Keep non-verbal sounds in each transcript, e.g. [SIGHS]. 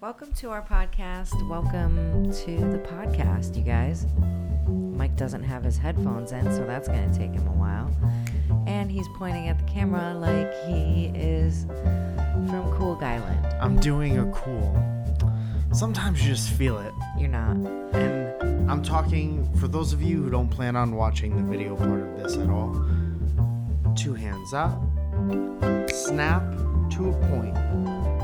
Welcome to our podcast. Welcome to the podcast, you guys. Mike doesn't have his headphones in, so that's going to take him a while. And he's pointing at the camera like he is from Cool Guy Land. I'm doing a cool. Sometimes you just feel it. You're not. And I'm talking for those of you who don't plan on watching the video part of this at all. Two hands up, snap to a point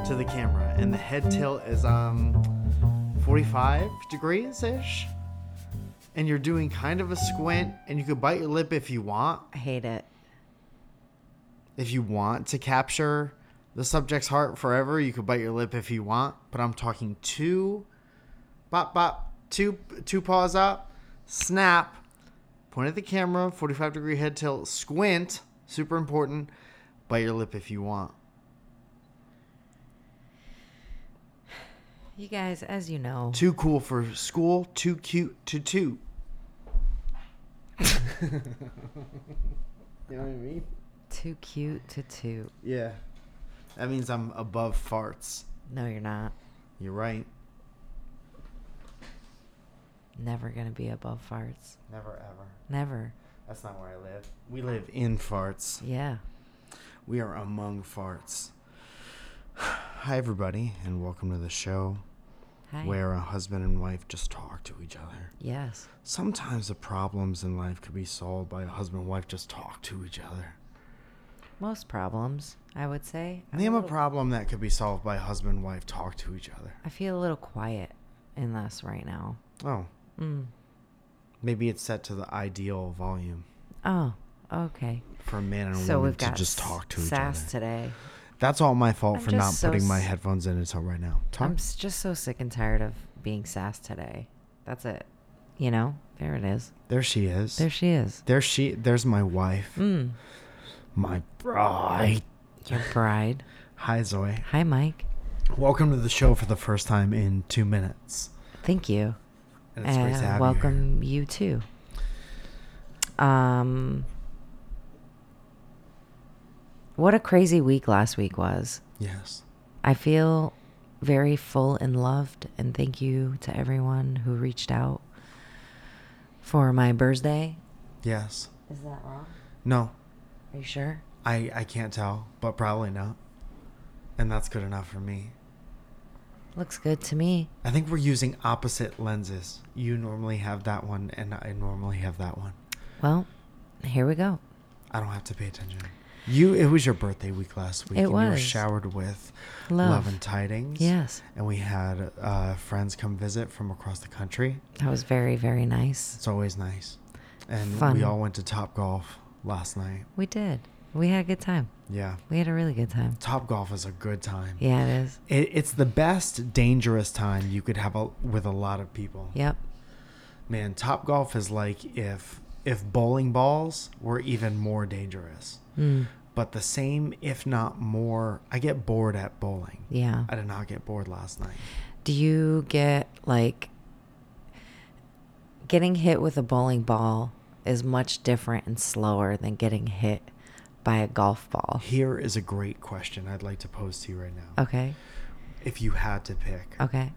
to the camera, and the head tilt is um 45 degrees ish. And you're doing kind of a squint, and you could bite your lip if you want, I hate it. if you want to capture the subject's heart forever, you could bite your lip if you want. But I'm talking two, bop bop, two two paws up, snap, point at the camera, 45 degree head tilt, squint, super important. Bite your lip if you want. You guys, as you know, Too cool for school, too cute to [LAUGHS] toot. you know what I mean? too cute to toot. Yeah. That means I'm above farts. No, you're not. You're right. Never going to be above farts. Never ever. Never. That's not where I live. We live in farts. Yeah. We are among farts. [SIGHS] Hi, everybody, and welcome to the show Hi. where uh, a husband and wife just talk to each other. Yes. Sometimes the problems in life could be solved by a husband and wife just talk to each other. Most problems, I would say. I'm Name a little- problem that could be solved by husband and wife talk to each other. I feel a little quiet in this right now. Oh, Mm. maybe it's set to the ideal volume Oh, okay. for a man and a So woman we've to got just talk to each sass other. today. That's all my fault I'm for just not so putting my s- headphones in until right now. Talk. I'm s- just so sick and tired of being sass today. That's it. You know, there it is. There she is. There she is. There she there's my wife. Mm. My bride. Your bride. Hi Zoe. Hi, Mike. Welcome to the show for the first time in two minutes. Thank you. And it's great to have you Uh, welcome you, too. Um, what a crazy week last week was. here. Yes. I feel very full and loved, and thank you to everyone who reached out for my birthday. Yes. Is that wrong? No. Are you sure? I, I can't tell, but probably not. And that's good enough for me. Looks good to me. I think we're using opposite lenses. You normally have that one and I normally have that one. Well, here we go. I don't have to pay attention. You it was your birthday week last week It and you were was. showered with Love. and tidings. Yes. And we had uh, friends come visit from across the country. That was very, very nice. It's always nice. And Fun. we all went to Top Golf last night. We did. We had a good time. Yeah. We had a really good time. Top Golf is a good time. Yeah, it is. It, it's the best dangerous time you could have a, with a lot of people. Yep. Man, Top Golf is like if if bowling balls were even more dangerous. Mm. But the same, if not more, I get bored at bowling. Yeah. I did not get bored last night. Do you get like getting hit with a bowling ball is much different and slower than getting hit by a golf ball? Here is a great question I'd like to pose to you right now. Okay. If you had to pick, Okay.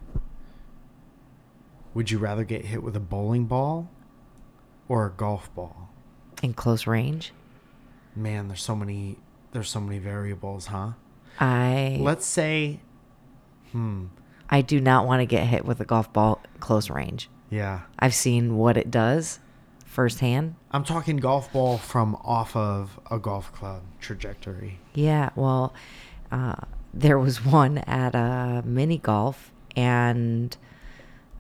would you rather get hit with a bowling ball or a golf ball? In close range, Man, there's so many there's so many variables, huh? I Let's say hmm, I do not want to get hit with a golf ball close range. yeah. I've seen what it does firsthand. I'm talking golf ball from off of a golf club trajectory. Yeah, well, uh, there was [LAUGHS] one at a mini golf, and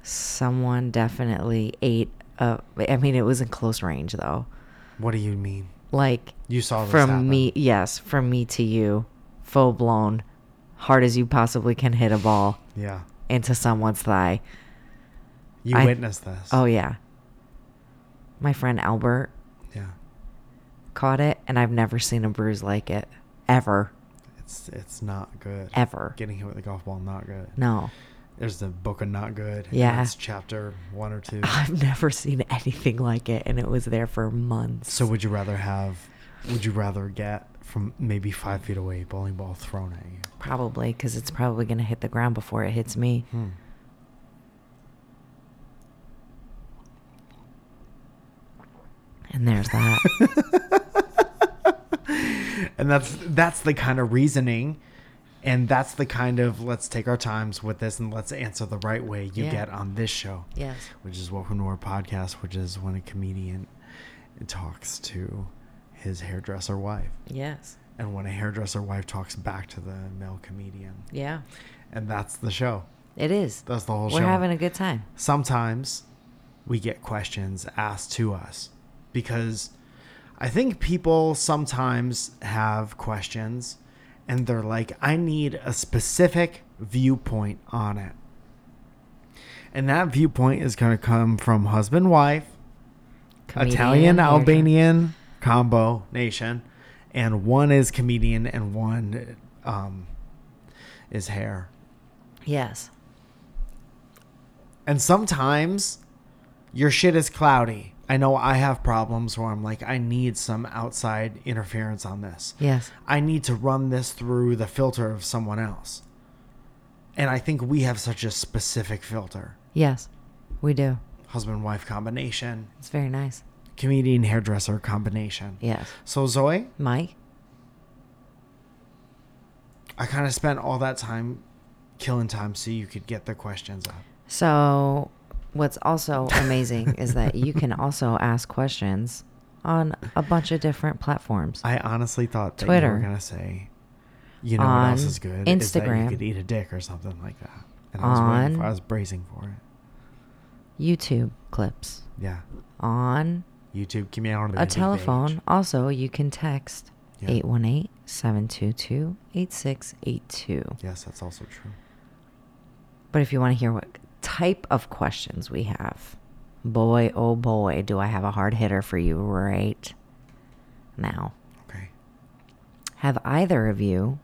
someone definitely ate. A, I mean, it was in close range though. What do you mean? Like You saw this from happen. me, yes, from me to you, full blown, hard as you possibly can hit a ball Yeah. into someone's thigh. You I- witnessed this. Oh yeah, my friend Albert Yeah. caught it, and I've never seen a bruise like it ever, It's it's not good. ever. Getting hit with a golf ball not good. No. There's the book of not good. and Yeah. That's chapter 1 [LAUGHS] or 2. I've never seen anything like it, and it was there for months. So would you rather have? Would you rather get from maybe five feet away, bowling ball thrown at you. Probably, because it's probably going to hit the ground before it hits me. Hmm. And there's [LAUGHS] that. and that's that's the kind of reasoning and that's the kind of let's take our times with this and let's answer the right way you Yeah. get on this show yes. which is welcome to our podcast which is when a comedian talks to his hairdresser wife Yes. and when a hairdresser wife talks back to the male comedian Yeah. and that's the show It is. that's the whole We're show having a good time. sometimes we get questions asked to us because I think people sometimes have questions and they're like, I need a specific viewpoint on it. And that viewpoint is going to come from husband, wife, Comedian, Italian, hairdresser. Albanian combo nation. And one is comedian and one um, is hair. Yes. And sometimes your shit is cloudy. I know I have problems where I'm like, I need some outside interference on this. Yes. I need to run this through the filter of someone else. And I think we have such a specific filter Yes. We do. husband wife combination, It's very nice. comedian hairdresser combination. Yes. So, Zoe, Mike? I kind of spent all that time killing time so you could get the questions up. So, what's [LAUGHS] also amazing is that you can also ask questions on a bunch of different platforms. I honestly thought that you Twitter. were gonna say, you know, what On else is good? Is that you Instagram. could eat a dick or something like that. And I was waiting On- for, I was bracing for it. YouTube clips Yeah, on YouTube community. a telephone. Also, you can text Yeah. 818 722 8682. Yes, that's also true. But if you want to hear what type of questions we have, boy, oh boy, do I have a hard hitter for you right now. Okay. Have either of you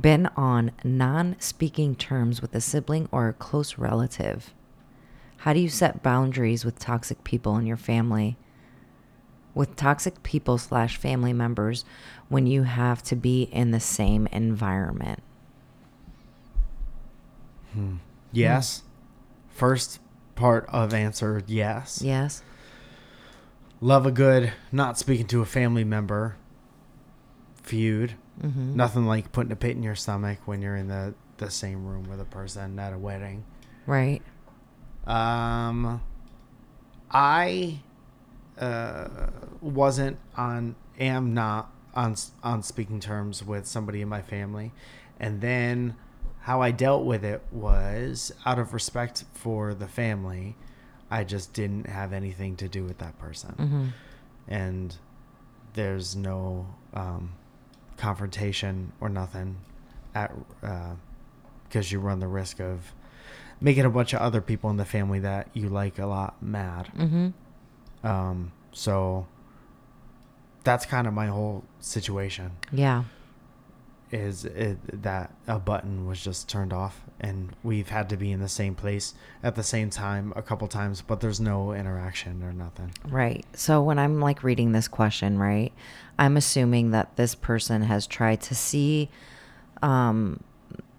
been on non speaking terms with a sibling or a close relative? How do you set boundaries with toxic people in your family? With toxic people slash family members when you have to be in the same environment? Hmm. Yes. First part of answer yes. Yes. Love a good not speaking to a family member feud. Mm-hmm. Nothing like putting a pit in your stomach when you're in the, the same room with a person at a wedding. Right. Um, I uh, wasn't on, am not on on speaking terms with somebody in my family, and then how I dealt with it was out of respect for the family. I just didn't have anything to do with that person, Mm-hmm. and there's no um, confrontation or nothing at because you run the risk of making a bunch of other people in the family that you like a lot mad. Mm-hmm. Um, so that's kind of my whole situation Yeah. is it, that a button was just turned off and we've had to be in the same place at the same time a couple times but there's no interaction or nothing Right. So when I'm like reading this question, right, I'm assuming that this person has tried to see um,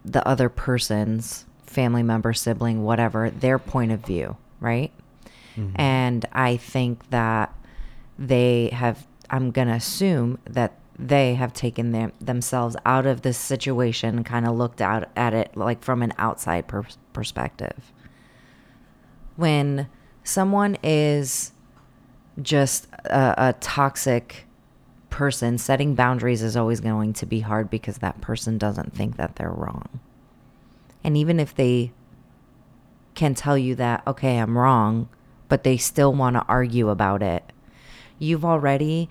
the other person's family member, sibling, whatever, their point of view, right? Mhm. And I think that they have, I'm going to assume that they have taken them, themselves out of this situation, kind of looked out at it like from an outside per- perspective. When someone is just a, a toxic person, setting boundaries is always going to be hard because that person doesn't think that they're wrong. And even if they can tell you that, okay, I'm wrong, but they still want to argue about it, you've already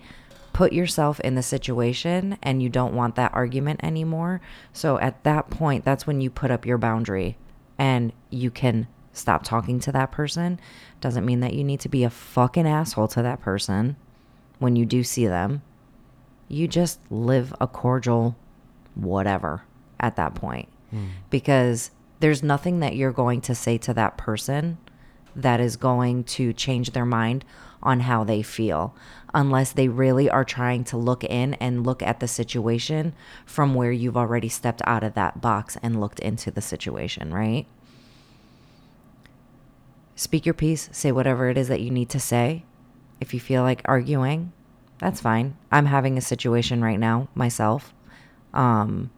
put yourself in the situation and you don't want that argument anymore. So at that point, that's when you put up your boundary and you can stop talking to that person. Doesn't mean that you need to be a fucking asshole to that person when you do see them. You just live a cordial whatever at that point Mm. because there's nothing that you're going to say to that person that is going to change their mind on how they feel unless they really are trying to look in and look at the situation from where you've already stepped out of that box and looked into the situation, right? Speak your piece, say whatever it is that you need to say. If you feel like arguing, that's fine. I'm having a situation right now myself. Um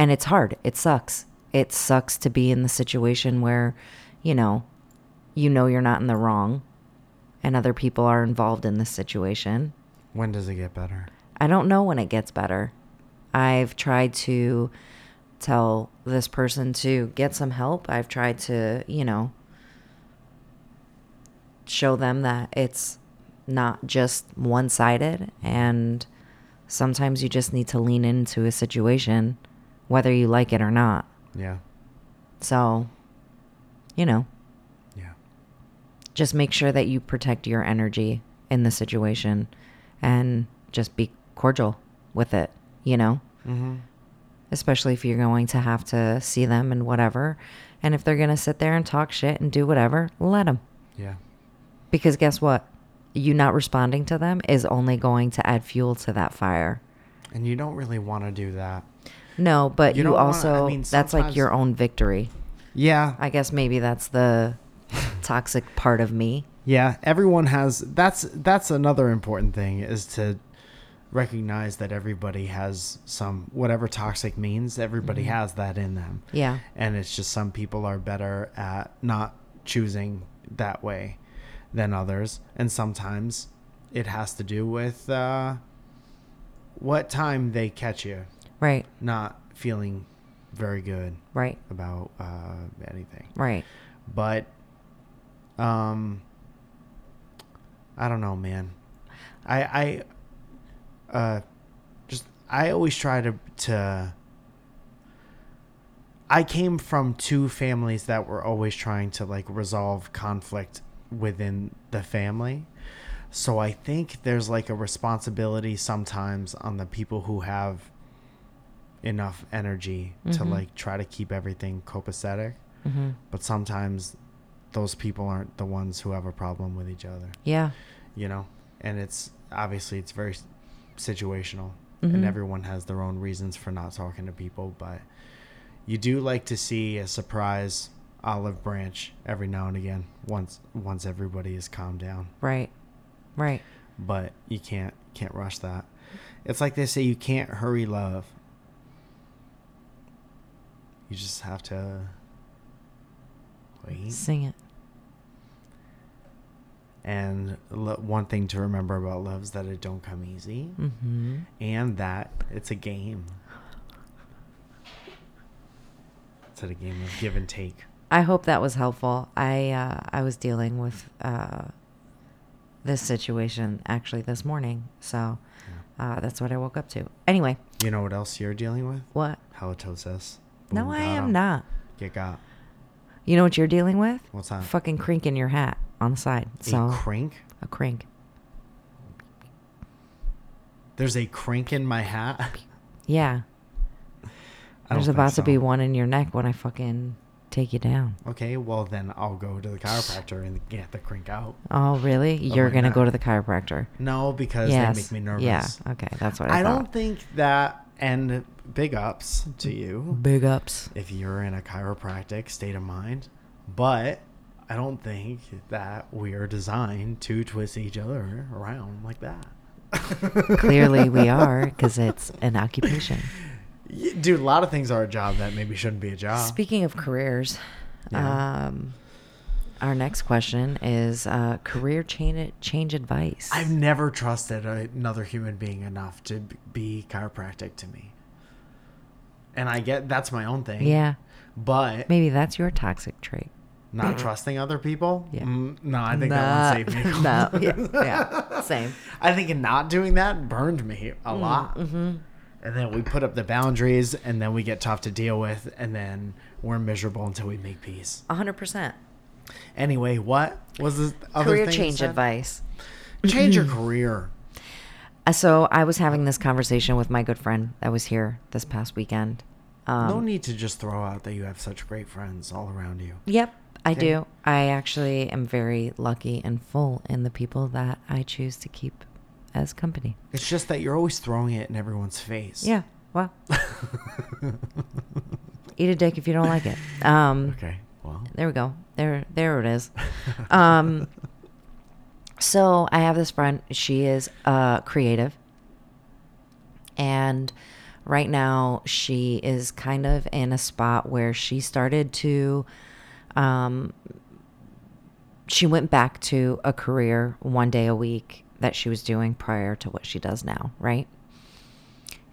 and it's hard. It sucks. It sucks to be in the situation where, you know, you know you're not in the wrong and other people are involved in this situation. When does it get better? I don't know when it gets better. I've tried to tell this person to get some help. I've tried to, you know, show them that it's not just one sided. And sometimes you just need to lean into a situation, whether you like it or not. Yeah. So, you know, Yeah. just make sure that you protect your energy in the situation and just be cordial with it, you know? Mm-hmm. especially if you're going to have to see them and whatever. And if they're going to sit there and talk shit and do whatever, let them. Yeah. Because guess what? You not responding to them is only going to add fuel to that fire. And you don't really want to do that. No, but You you, don't wanna- I also, mean, that's like sometimes- your own victory. Yeah. I guess maybe that's the toxic part of me. Yeah, everyone has that's that's another important thing is to recognize that everybody has some whatever toxic means, everybody has that in them. Mm-hmm. Yeah. And it's just some people are better at not choosing that way than others, and sometimes it has to do with uh, what time they catch you Right, not feeling very good right, about uh, anything right. but um i don't know man i i uh just i always try to to i came from two families that were always trying to like resolve conflict within the family so i think there's like a responsibility sometimes on the people who have enough energy to Mhm. like try to keep everything copacetic hmm but sometimes those people aren't the ones who have a problem with each other Yeah. you know and it's obviously it's very s- situational Mhm. and everyone has their own reasons for not talking to people but you do like to see a surprise olive branch every now and again once once everybody is calmed down Right, right. but you can't can't rush that it's like they say you can't hurry love you just have to wait Sing it. And lo- one thing to remember about love is that it don't come easy, Mm-hmm. and that it's a game. It's a game of give and take. I hope that was helpful. I uh, I was dealing with uh, this situation actually this morning, so Yeah. uh, that's what I woke up to. Anyway, You know what else you're dealing with? what? Halitosis. No, Boom, I got am 'em. not. You got You know what you're dealing with? What's that? Fucking crink in your hat on the side. So a crank. a crink. There's a crank in my hat. [LAUGHS] Yeah, I there's don't think about so. to be one in your neck when I fucking take you down. Okay, well then I'll go to the chiropractor and get the crank out. Oh really? Oh you're my gonna God. go to the chiropractor? No, because Yes. they make me nervous. Yeah. Okay, that's what I, I thought. don't think that. And big ups to you. big ups. if you're in a chiropractic state of mind, but I don't think that we are designed to twist each other around like that. Clearly [LAUGHS] we are, 'cause it's an occupation. Y- Dude, a lot of things are a job that maybe shouldn't be a job. Speaking of careers, Ah. Yeah. um, our next question is uh, career change change advice. I've never trusted another human being enough to b- be chiropractic to me. And I get that's my own thing. yeah, But maybe that's your toxic trait. not trusting other people? Yeah. Mm, no, I think that one [LAUGHS] saved me. no, yeah, [LAUGHS] yeah, same. I think not doing that burned me a Mm, lot. mm-hmm. And then we put up the boundaries, and then we get tough to deal with, and then we're miserable until we make peace. hundred percent. Anyway, what was this other Career thing you change said? advice. [CLEARS THROAT] Change your career. Uh, So I was having this conversation with my good friend that was here this past weekend. Um, no need to just throw out that you have such great friends all around you. Yep, I Okay. do. I actually am very lucky and full in the people that I choose to keep as company. It's just that you're always throwing it in everyone's face. [LAUGHS] Yeah. Well, eat a dick if you don't like it. Um, okay. Well. There we go. There, there it is. [LAUGHS] Um, so I have this friend. She is uh, creative, and right now she is kind of in a spot where she started to. Um, she went back to a career one day a week that she was doing prior to what she does now, right?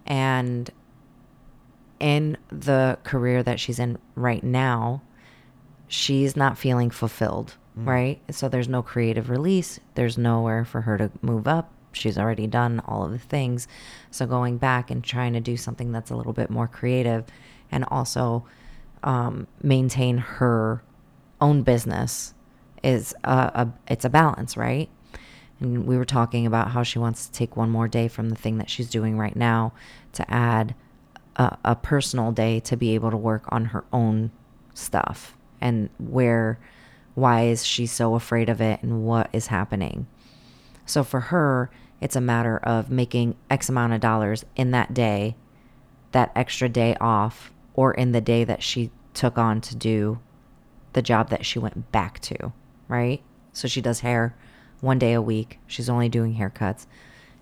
And in the career that she's in right now, she's not feeling fulfilled, Mm. right? So there's no creative release, there's nowhere for her to move up. She's already done all of the things. So going back and trying to do something that's a little bit more creative and also um, maintain her own business is a, a it's a balance, right? And we were talking about how she wants to take one more day from the thing that she's doing right now to add a, a personal day to be able to work on her own stuff and where why is she so afraid of it and what is happening. So for her, it's a matter of making X amount of dollars in that day, that extra day off, or in the day that she took on to do the job that she went back to, right? So she does hair one day a week. She's only doing haircuts.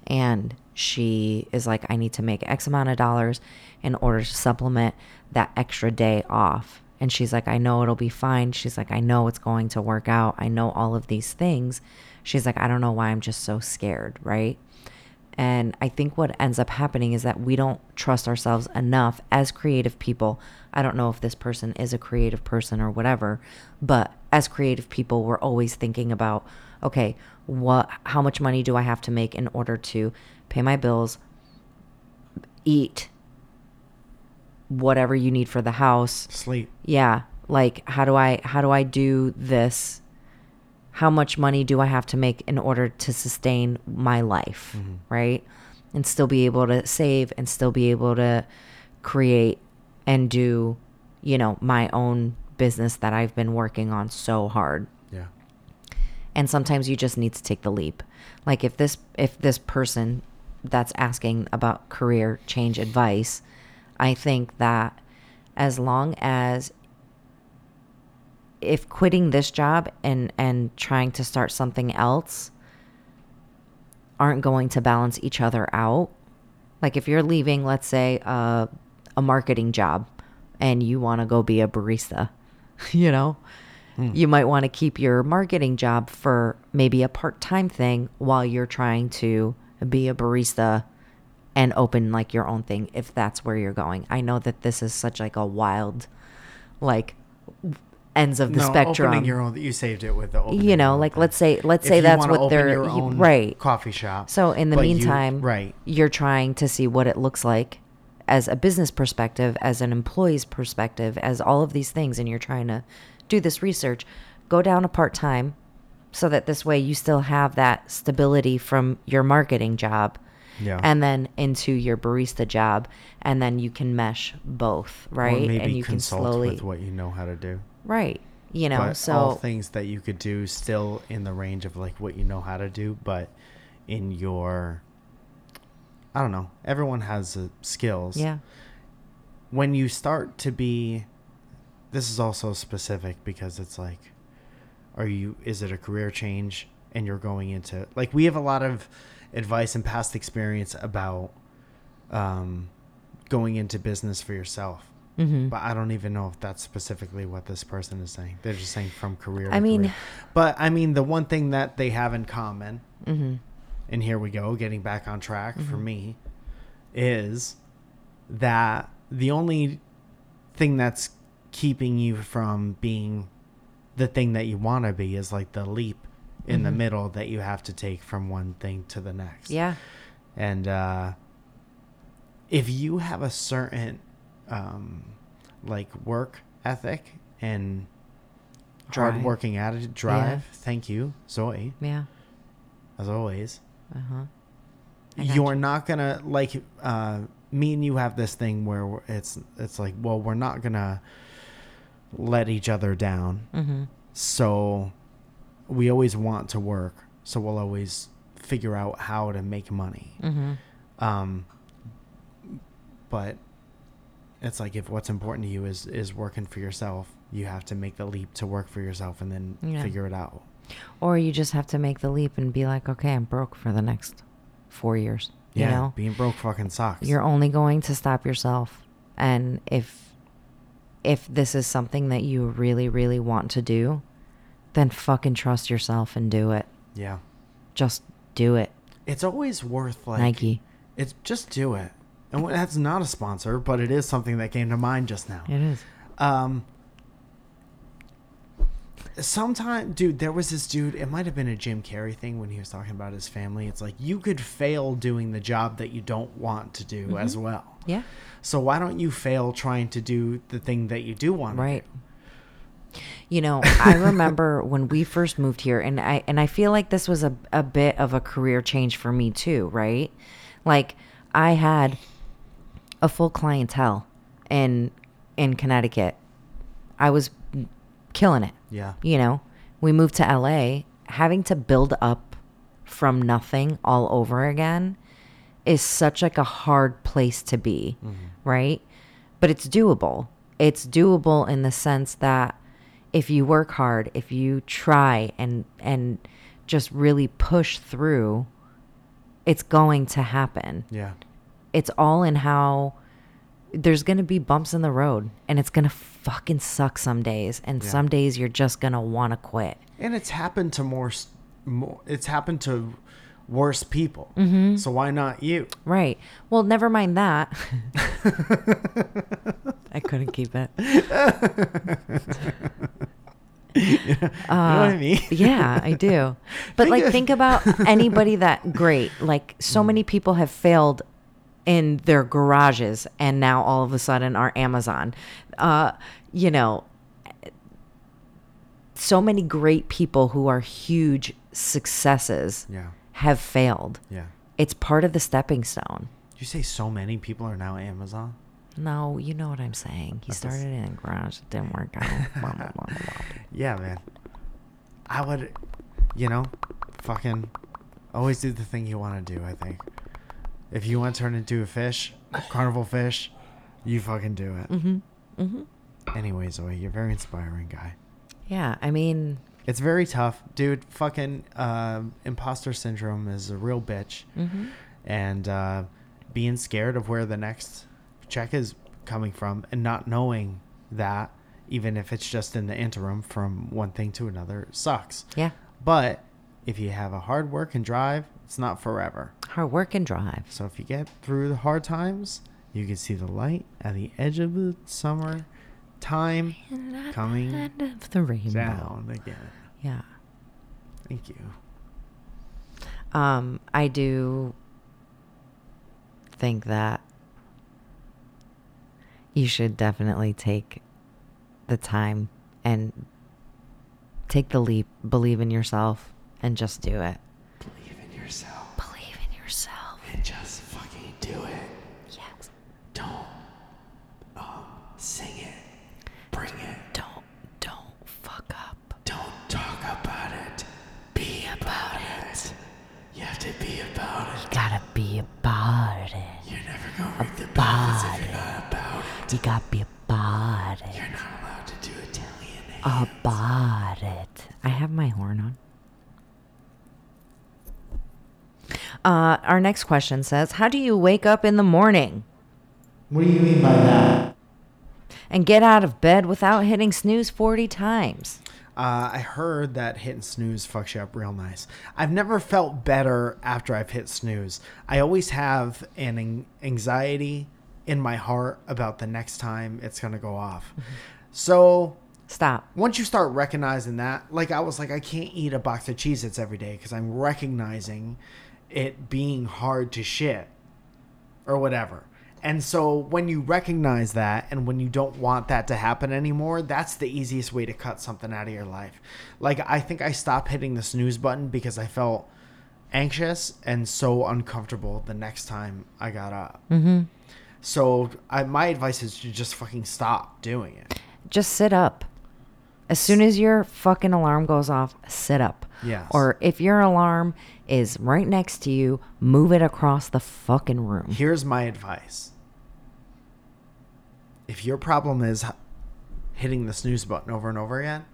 And she is like, I need to make X amount of dollars in order to supplement that extra day off. And she's like, I know it'll be fine. She's like, I know it's going to work out. I know all of these things. She's like, I don't know why I'm just so scared, right? And I think what ends up happening is that we don't trust ourselves enough as creative people. I don't know if this person is a creative person or whatever, but as creative people, we're always thinking about, okay, what how much money do I have to make in order to pay my bills, eat whatever you need for the house, Sleep. yeah like how do i how do i do this how much money do i have to make in order to sustain my life Mhm. right and still be able to save and still be able to create and do you know my own business that i've been working on so hard Yeah. and sometimes you just need to take the leap like if this if this person that's asking about career change advice i think that as long as if quitting this job and and trying to start something else aren't going to balance each other out like if you're leaving let's say a, a marketing job and you want to go be a barista [LAUGHS] you know Mm. you might want to keep your marketing job for maybe a part time thing while you're trying to be a barista and open like your own thing if that's where you're going. I know that this is such like a wild, like ends of the no, spectrum. Opening your own. You saved it with the. Opening you your know, own like thing. let's say let's If say you that's wanna what open they're your you- own right. coffee shop. So in the but you- meantime, right? you're trying to see what it looks like as a business perspective, as an employee's perspective, as all of these things, and you're trying to do this research. Go down a part time so that this way you still have that stability from your marketing job Yeah. and then into your barista job and then you can mesh both right Or maybe and you consult with what you know how to do. right you know but so all things that you could do still in the range of like what you know how to do, but in your. I don't know. Everyone has uh, skills. yeah when you start to be this is also specific because it's like are you is it a career change and you're going into like we have a lot of advice and past experience about um going into business for yourself mm-hmm. but i don't even know if that's specifically what this person is saying they're just saying from career I to mean- career. but i mean the one thing that they have in common mm-hmm. and here we go, getting back on track for Mhm. me, is that the only thing that's keeping you from being the thing that you want to be is like the leap in the Mhm. middle that you have to take from one thing to the next. yeah And uh, if you have a certain um, like work ethic and hard Drive. working attitude, drive, thank you, Zoe, yeah as always. uh-huh I got you're you. not gonna like uh me and you have this thing where we're- it's it's like well we're not gonna let each other down. Mm-hmm. So we always want to work. So we'll always figure out how to make money. Mm-hmm. Um, but it's like if what's important to you is is working for yourself, you have to make the leap to work for yourself and then Yeah. figure it out. Or you just have to make the leap and be like, okay, I'm broke for the next four years. Yeah, you know, being broke fucking sucks. you're only going to stop yourself. And if if this is something that you really, really want to do, then fucking trust yourself and do it. yeah. Just do it, It's always worth like Nike. It's just do it. And wh- that's not a sponsor, but it is something that came to mind just now. It is. Um, sometime, dude, there was this dude. It might have been a Jim Carrey thing when he was talking about his family. It's like you could fail doing the job that you don't want to do as well. Mm-hmm. Yeah. So why don't you fail trying to do the thing that you do want? Right. You know, I remember when we first moved here and I and I feel like this was a a bit of a career change for me too, right? Like I had a full clientele in in Connecticut. I was killing it. Yeah. You know, we moved to LA, having to build up from nothing all over again is such like a hard place to be, right? But it's doable. It's doable in the sense that if you work hard, if you try and and just really push through, it's going to happen Yeah. it's all in how there's going to be bumps in the road and it's going to fucking suck some days and Yeah. some days you're just going to want to quit. And it's happened to more. s- more it's happened to worse people. Mm-hmm. So why not you? [LAUGHS] Right. Well, never mind that. [LAUGHS] I couldn't keep it. you know what I mean? Uh, [LAUGHS] yeah, I do. But Think like of- Mm. think about anybody that great. Like so many people have failed in their garages and now all of a sudden are Amazon. Uh, you know, so many great people who are huge successes [LAUGHS] Yeah. have failed. Yeah. It's part of the stepping stone. You say so many people are now Amazon. No, you know what I'm saying. He That's- started in a garage. It didn't work [LAUGHS] out. Blah, blah, blah, blah, blah. Yeah, man. I would, you know, fucking always do the thing you want to do, I think. If you want to turn into a fish, carnival fish, you fucking do it. Mm-hmm. Anyways, Zoe, you're a very inspiring guy. Yeah, I mean, It's very tough. Dude, fucking um imposter syndrome is a real bitch. mhm. And uh, being scared of where the next check is coming from and not knowing that, even if it's just in the interim from one thing to another, sucks. yeah, But if you have a hard work and drive, it's not forever. hard work and drive. So if you get through the hard times, you can see the light at the edge of the summer time coming End of the rainbow. down again. Yeah. Thank you. Um, I do think that you should definitely take the time and take the leap, believe in yourself, and just do it. Believe in yourself Believe in yourself. and just fucking do it. Yes. Don't um, sing it. Bring it. Don't don't fuck up. Don't talk about it. Be about it. You have to be about it. You gotta be about it. You're never gonna read the About it. not about it. You gotta be about it. You're not allowed to do Italian. eh? About it. I have my horn on. Uh, our next question says, "How do you wake up in the morning What do you mean by that? and get out of bed without hitting snooze forty times?" Uh, I heard that hit and snooze fucks you up real nice. I've never felt better after I've hit snooze. I always have an an- anxiety in my heart about the next time it's gonna go off. So Stop. once you start recognizing that, like I was like, I can't eat a box of Cheez Its every day because I'm recognizing it being hard to shit or whatever. And so when you recognize that and when you don't want that to happen anymore, that's the easiest way to cut something out of your life. Like I think I stopped hitting the snooze button because I felt anxious and so uncomfortable the next time I got up. Mm-hmm. So I, my advice is to just fucking stop doing it. just sit up. As soon as your fucking alarm goes off, sit up. Yes. Or if your alarm is right next to you, move it across the fucking room. Here's my advice. If your problem is h- hitting the snooze button over and over again,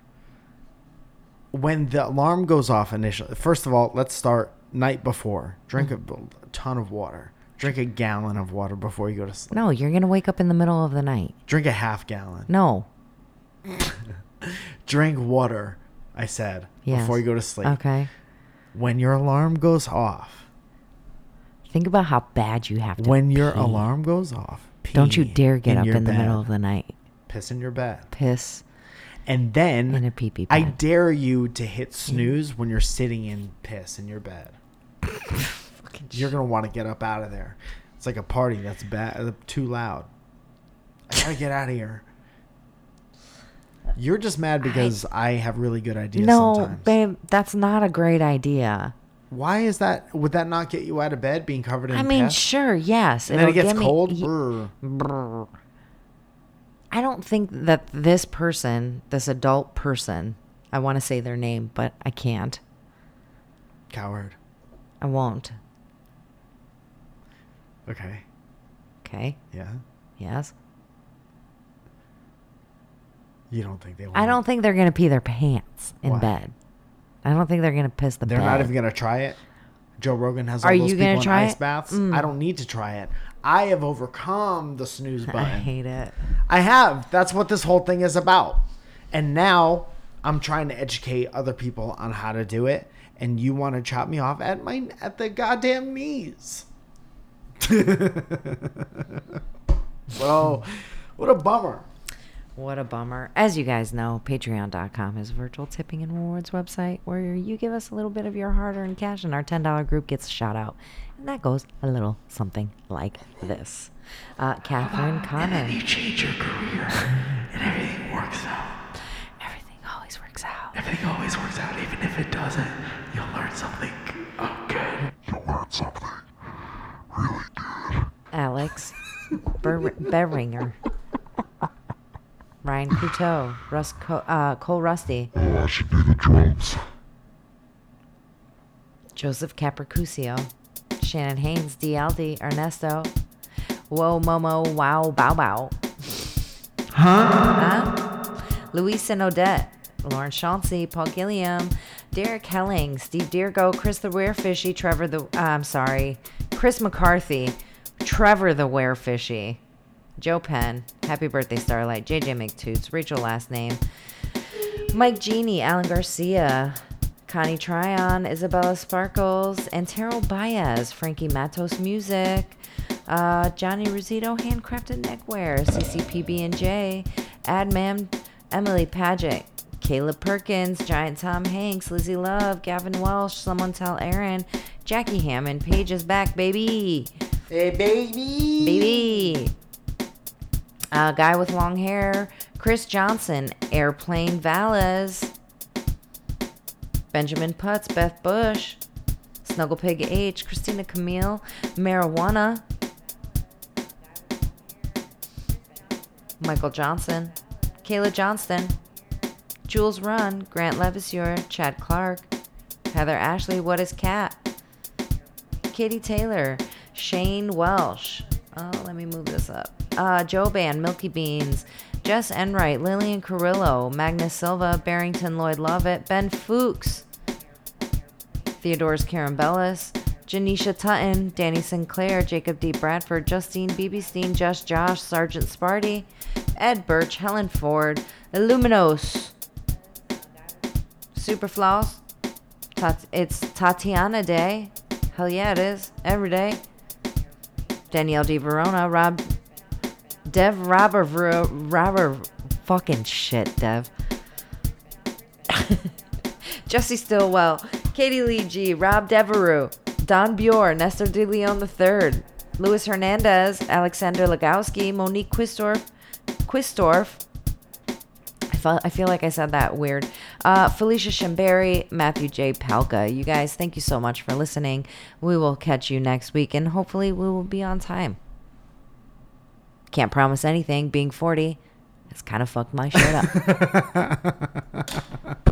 when the alarm goes off initially, first of all, let's start night before. Drink a, Mm-hmm. b- ton of water. Drink a gallon of water before you go to sleep. No, you're going to wake up in the middle of the night. Drink a half gallon. No. Drink water, I said, Yes. before you go to sleep. Okay. When your alarm goes off, Think about how bad you have to when your pee. alarm goes off, Don't you pee dare get up your in the bed. middle of the night. piss in your bed. [LAUGHS] Piss And then in a pee pee I pad. dare you to hit snooze when you're sitting in piss in your bed. You're gonna want to get up out of there. It's like a party that's bad, uh, too loud. I gotta get out of here. You're just mad because I, have really good ideas. No, sometimes. babe, that's not a great idea. Why is that? Would that not get you out of bed being covered in? I mean, piss? sure, yes. And then it it'll gets give me- cold. y- Brr. Brr. I don't think that this person, this adult person, I want to say their name, but I can't. Coward. I won't. Okay. Okay. Yeah. Yes. You don't think they? Want I don't think they're going to pee their pants in Why? bed. I don't think they're going to piss the They're bed. not even gonna try it. Joe Rogan has all Are those you people gonna in try ice it? baths. Mm. I don't need to try it. I have overcome the snooze button. I I, hate it. have. That's what this whole thing is about. And now I'm trying to educate other people on how to do it. And you want to chop me off at my at the goddamn knees. [LAUGHS] Bro, what a bummer. What a bummer. As you guys know, patreon.com is a virtual tipping and rewards website where you give us a little bit of your hard earned cash and our $10 group gets a shout out. And that goes a little something like this uh, Catherine Connor. Change your career and everything works out. Everything always works out. Everything always works out, even if it doesn't. You'll learn something. Okay. [LAUGHS] Alex Ber- Beringer. Ryan Couteau, Russ Co- uh, Cole Rusty, Oh, I should do the drums. Joseph Capricusio, Shannon Haynes, DLD, Ernesto, Whoa Momo, Wow Bow Bow, huh? Luis and Odette, Lauren Chauncey, Paul Gilliam, Derek Helling, Steve Deergo, Chris the Weirfishy, Trevor the uh, I'm sorry, Chris McCarthy, Trevor the Weirfishy, Joe Penn, Happy Birthday Starlight, JJ McToots, Rachel Last Name. Mike Genie, Alan Garcia, Connie Tryon, Isabella Sparkles, and Terrell Baez, Frankie Matos Music, uh, Johnny Rosito, Handcrafted Neckwear, CCPB and J, Admam, Emily Paget, Caleb Perkins, Giant Tom Hanks, Lizzie Love, Gavin Welsh, Someone Tell Aaron, Jackie Hammond, Paige is back, baby, Hey, baby. baby. Uh, guy with long hair, Chris Johnson, Airplane Valles, Benjamin Putz, Beth Bush, Snuggle Pig H, Christina Camille, Marijuana, Michael Johnson, Kayla Johnston, Jules Run, Grant Levisure, Chad Clark, Heather Ashley, What is Cat, Katie Taylor, Shane Welsh. Oh, let me move this up. Uh, Joe Band, Milky Beans, Jess Enright, Lillian Carrillo, Magnus Silva, Barrington Lloyd Lovett, Ben Fuchs, Theodore's Karen Bellis, Janisha Tutton, Danny Sinclair, Jacob D. Bradford, Justine Beebestein, Josh Josh, Sergeant Sparty, Ed Birch, Helen Ford, Illuminos, Superfloss, Tat- it's Tatiana Day. Hell yeah, it is. Every day. Danielle Di Verona, Rob, Dev Robber, Robber, fucking shit, Dev. [LAUGHS] Jesse Stillwell, Katie Lee G, Rob Devereux, Don Bjor, Nestor De Leon III, Luis Hernandez, Alexander Legowski, Monique Quistorf, Quistorf, I, felt, I feel like I said that weird. Uh, Felicia Shimberry, Matthew J. Palka. You guys, thank you so much for listening. We will catch you next week, and hopefully, we will be on time. Can't promise anything being 40, It's kind of fucked my shit up.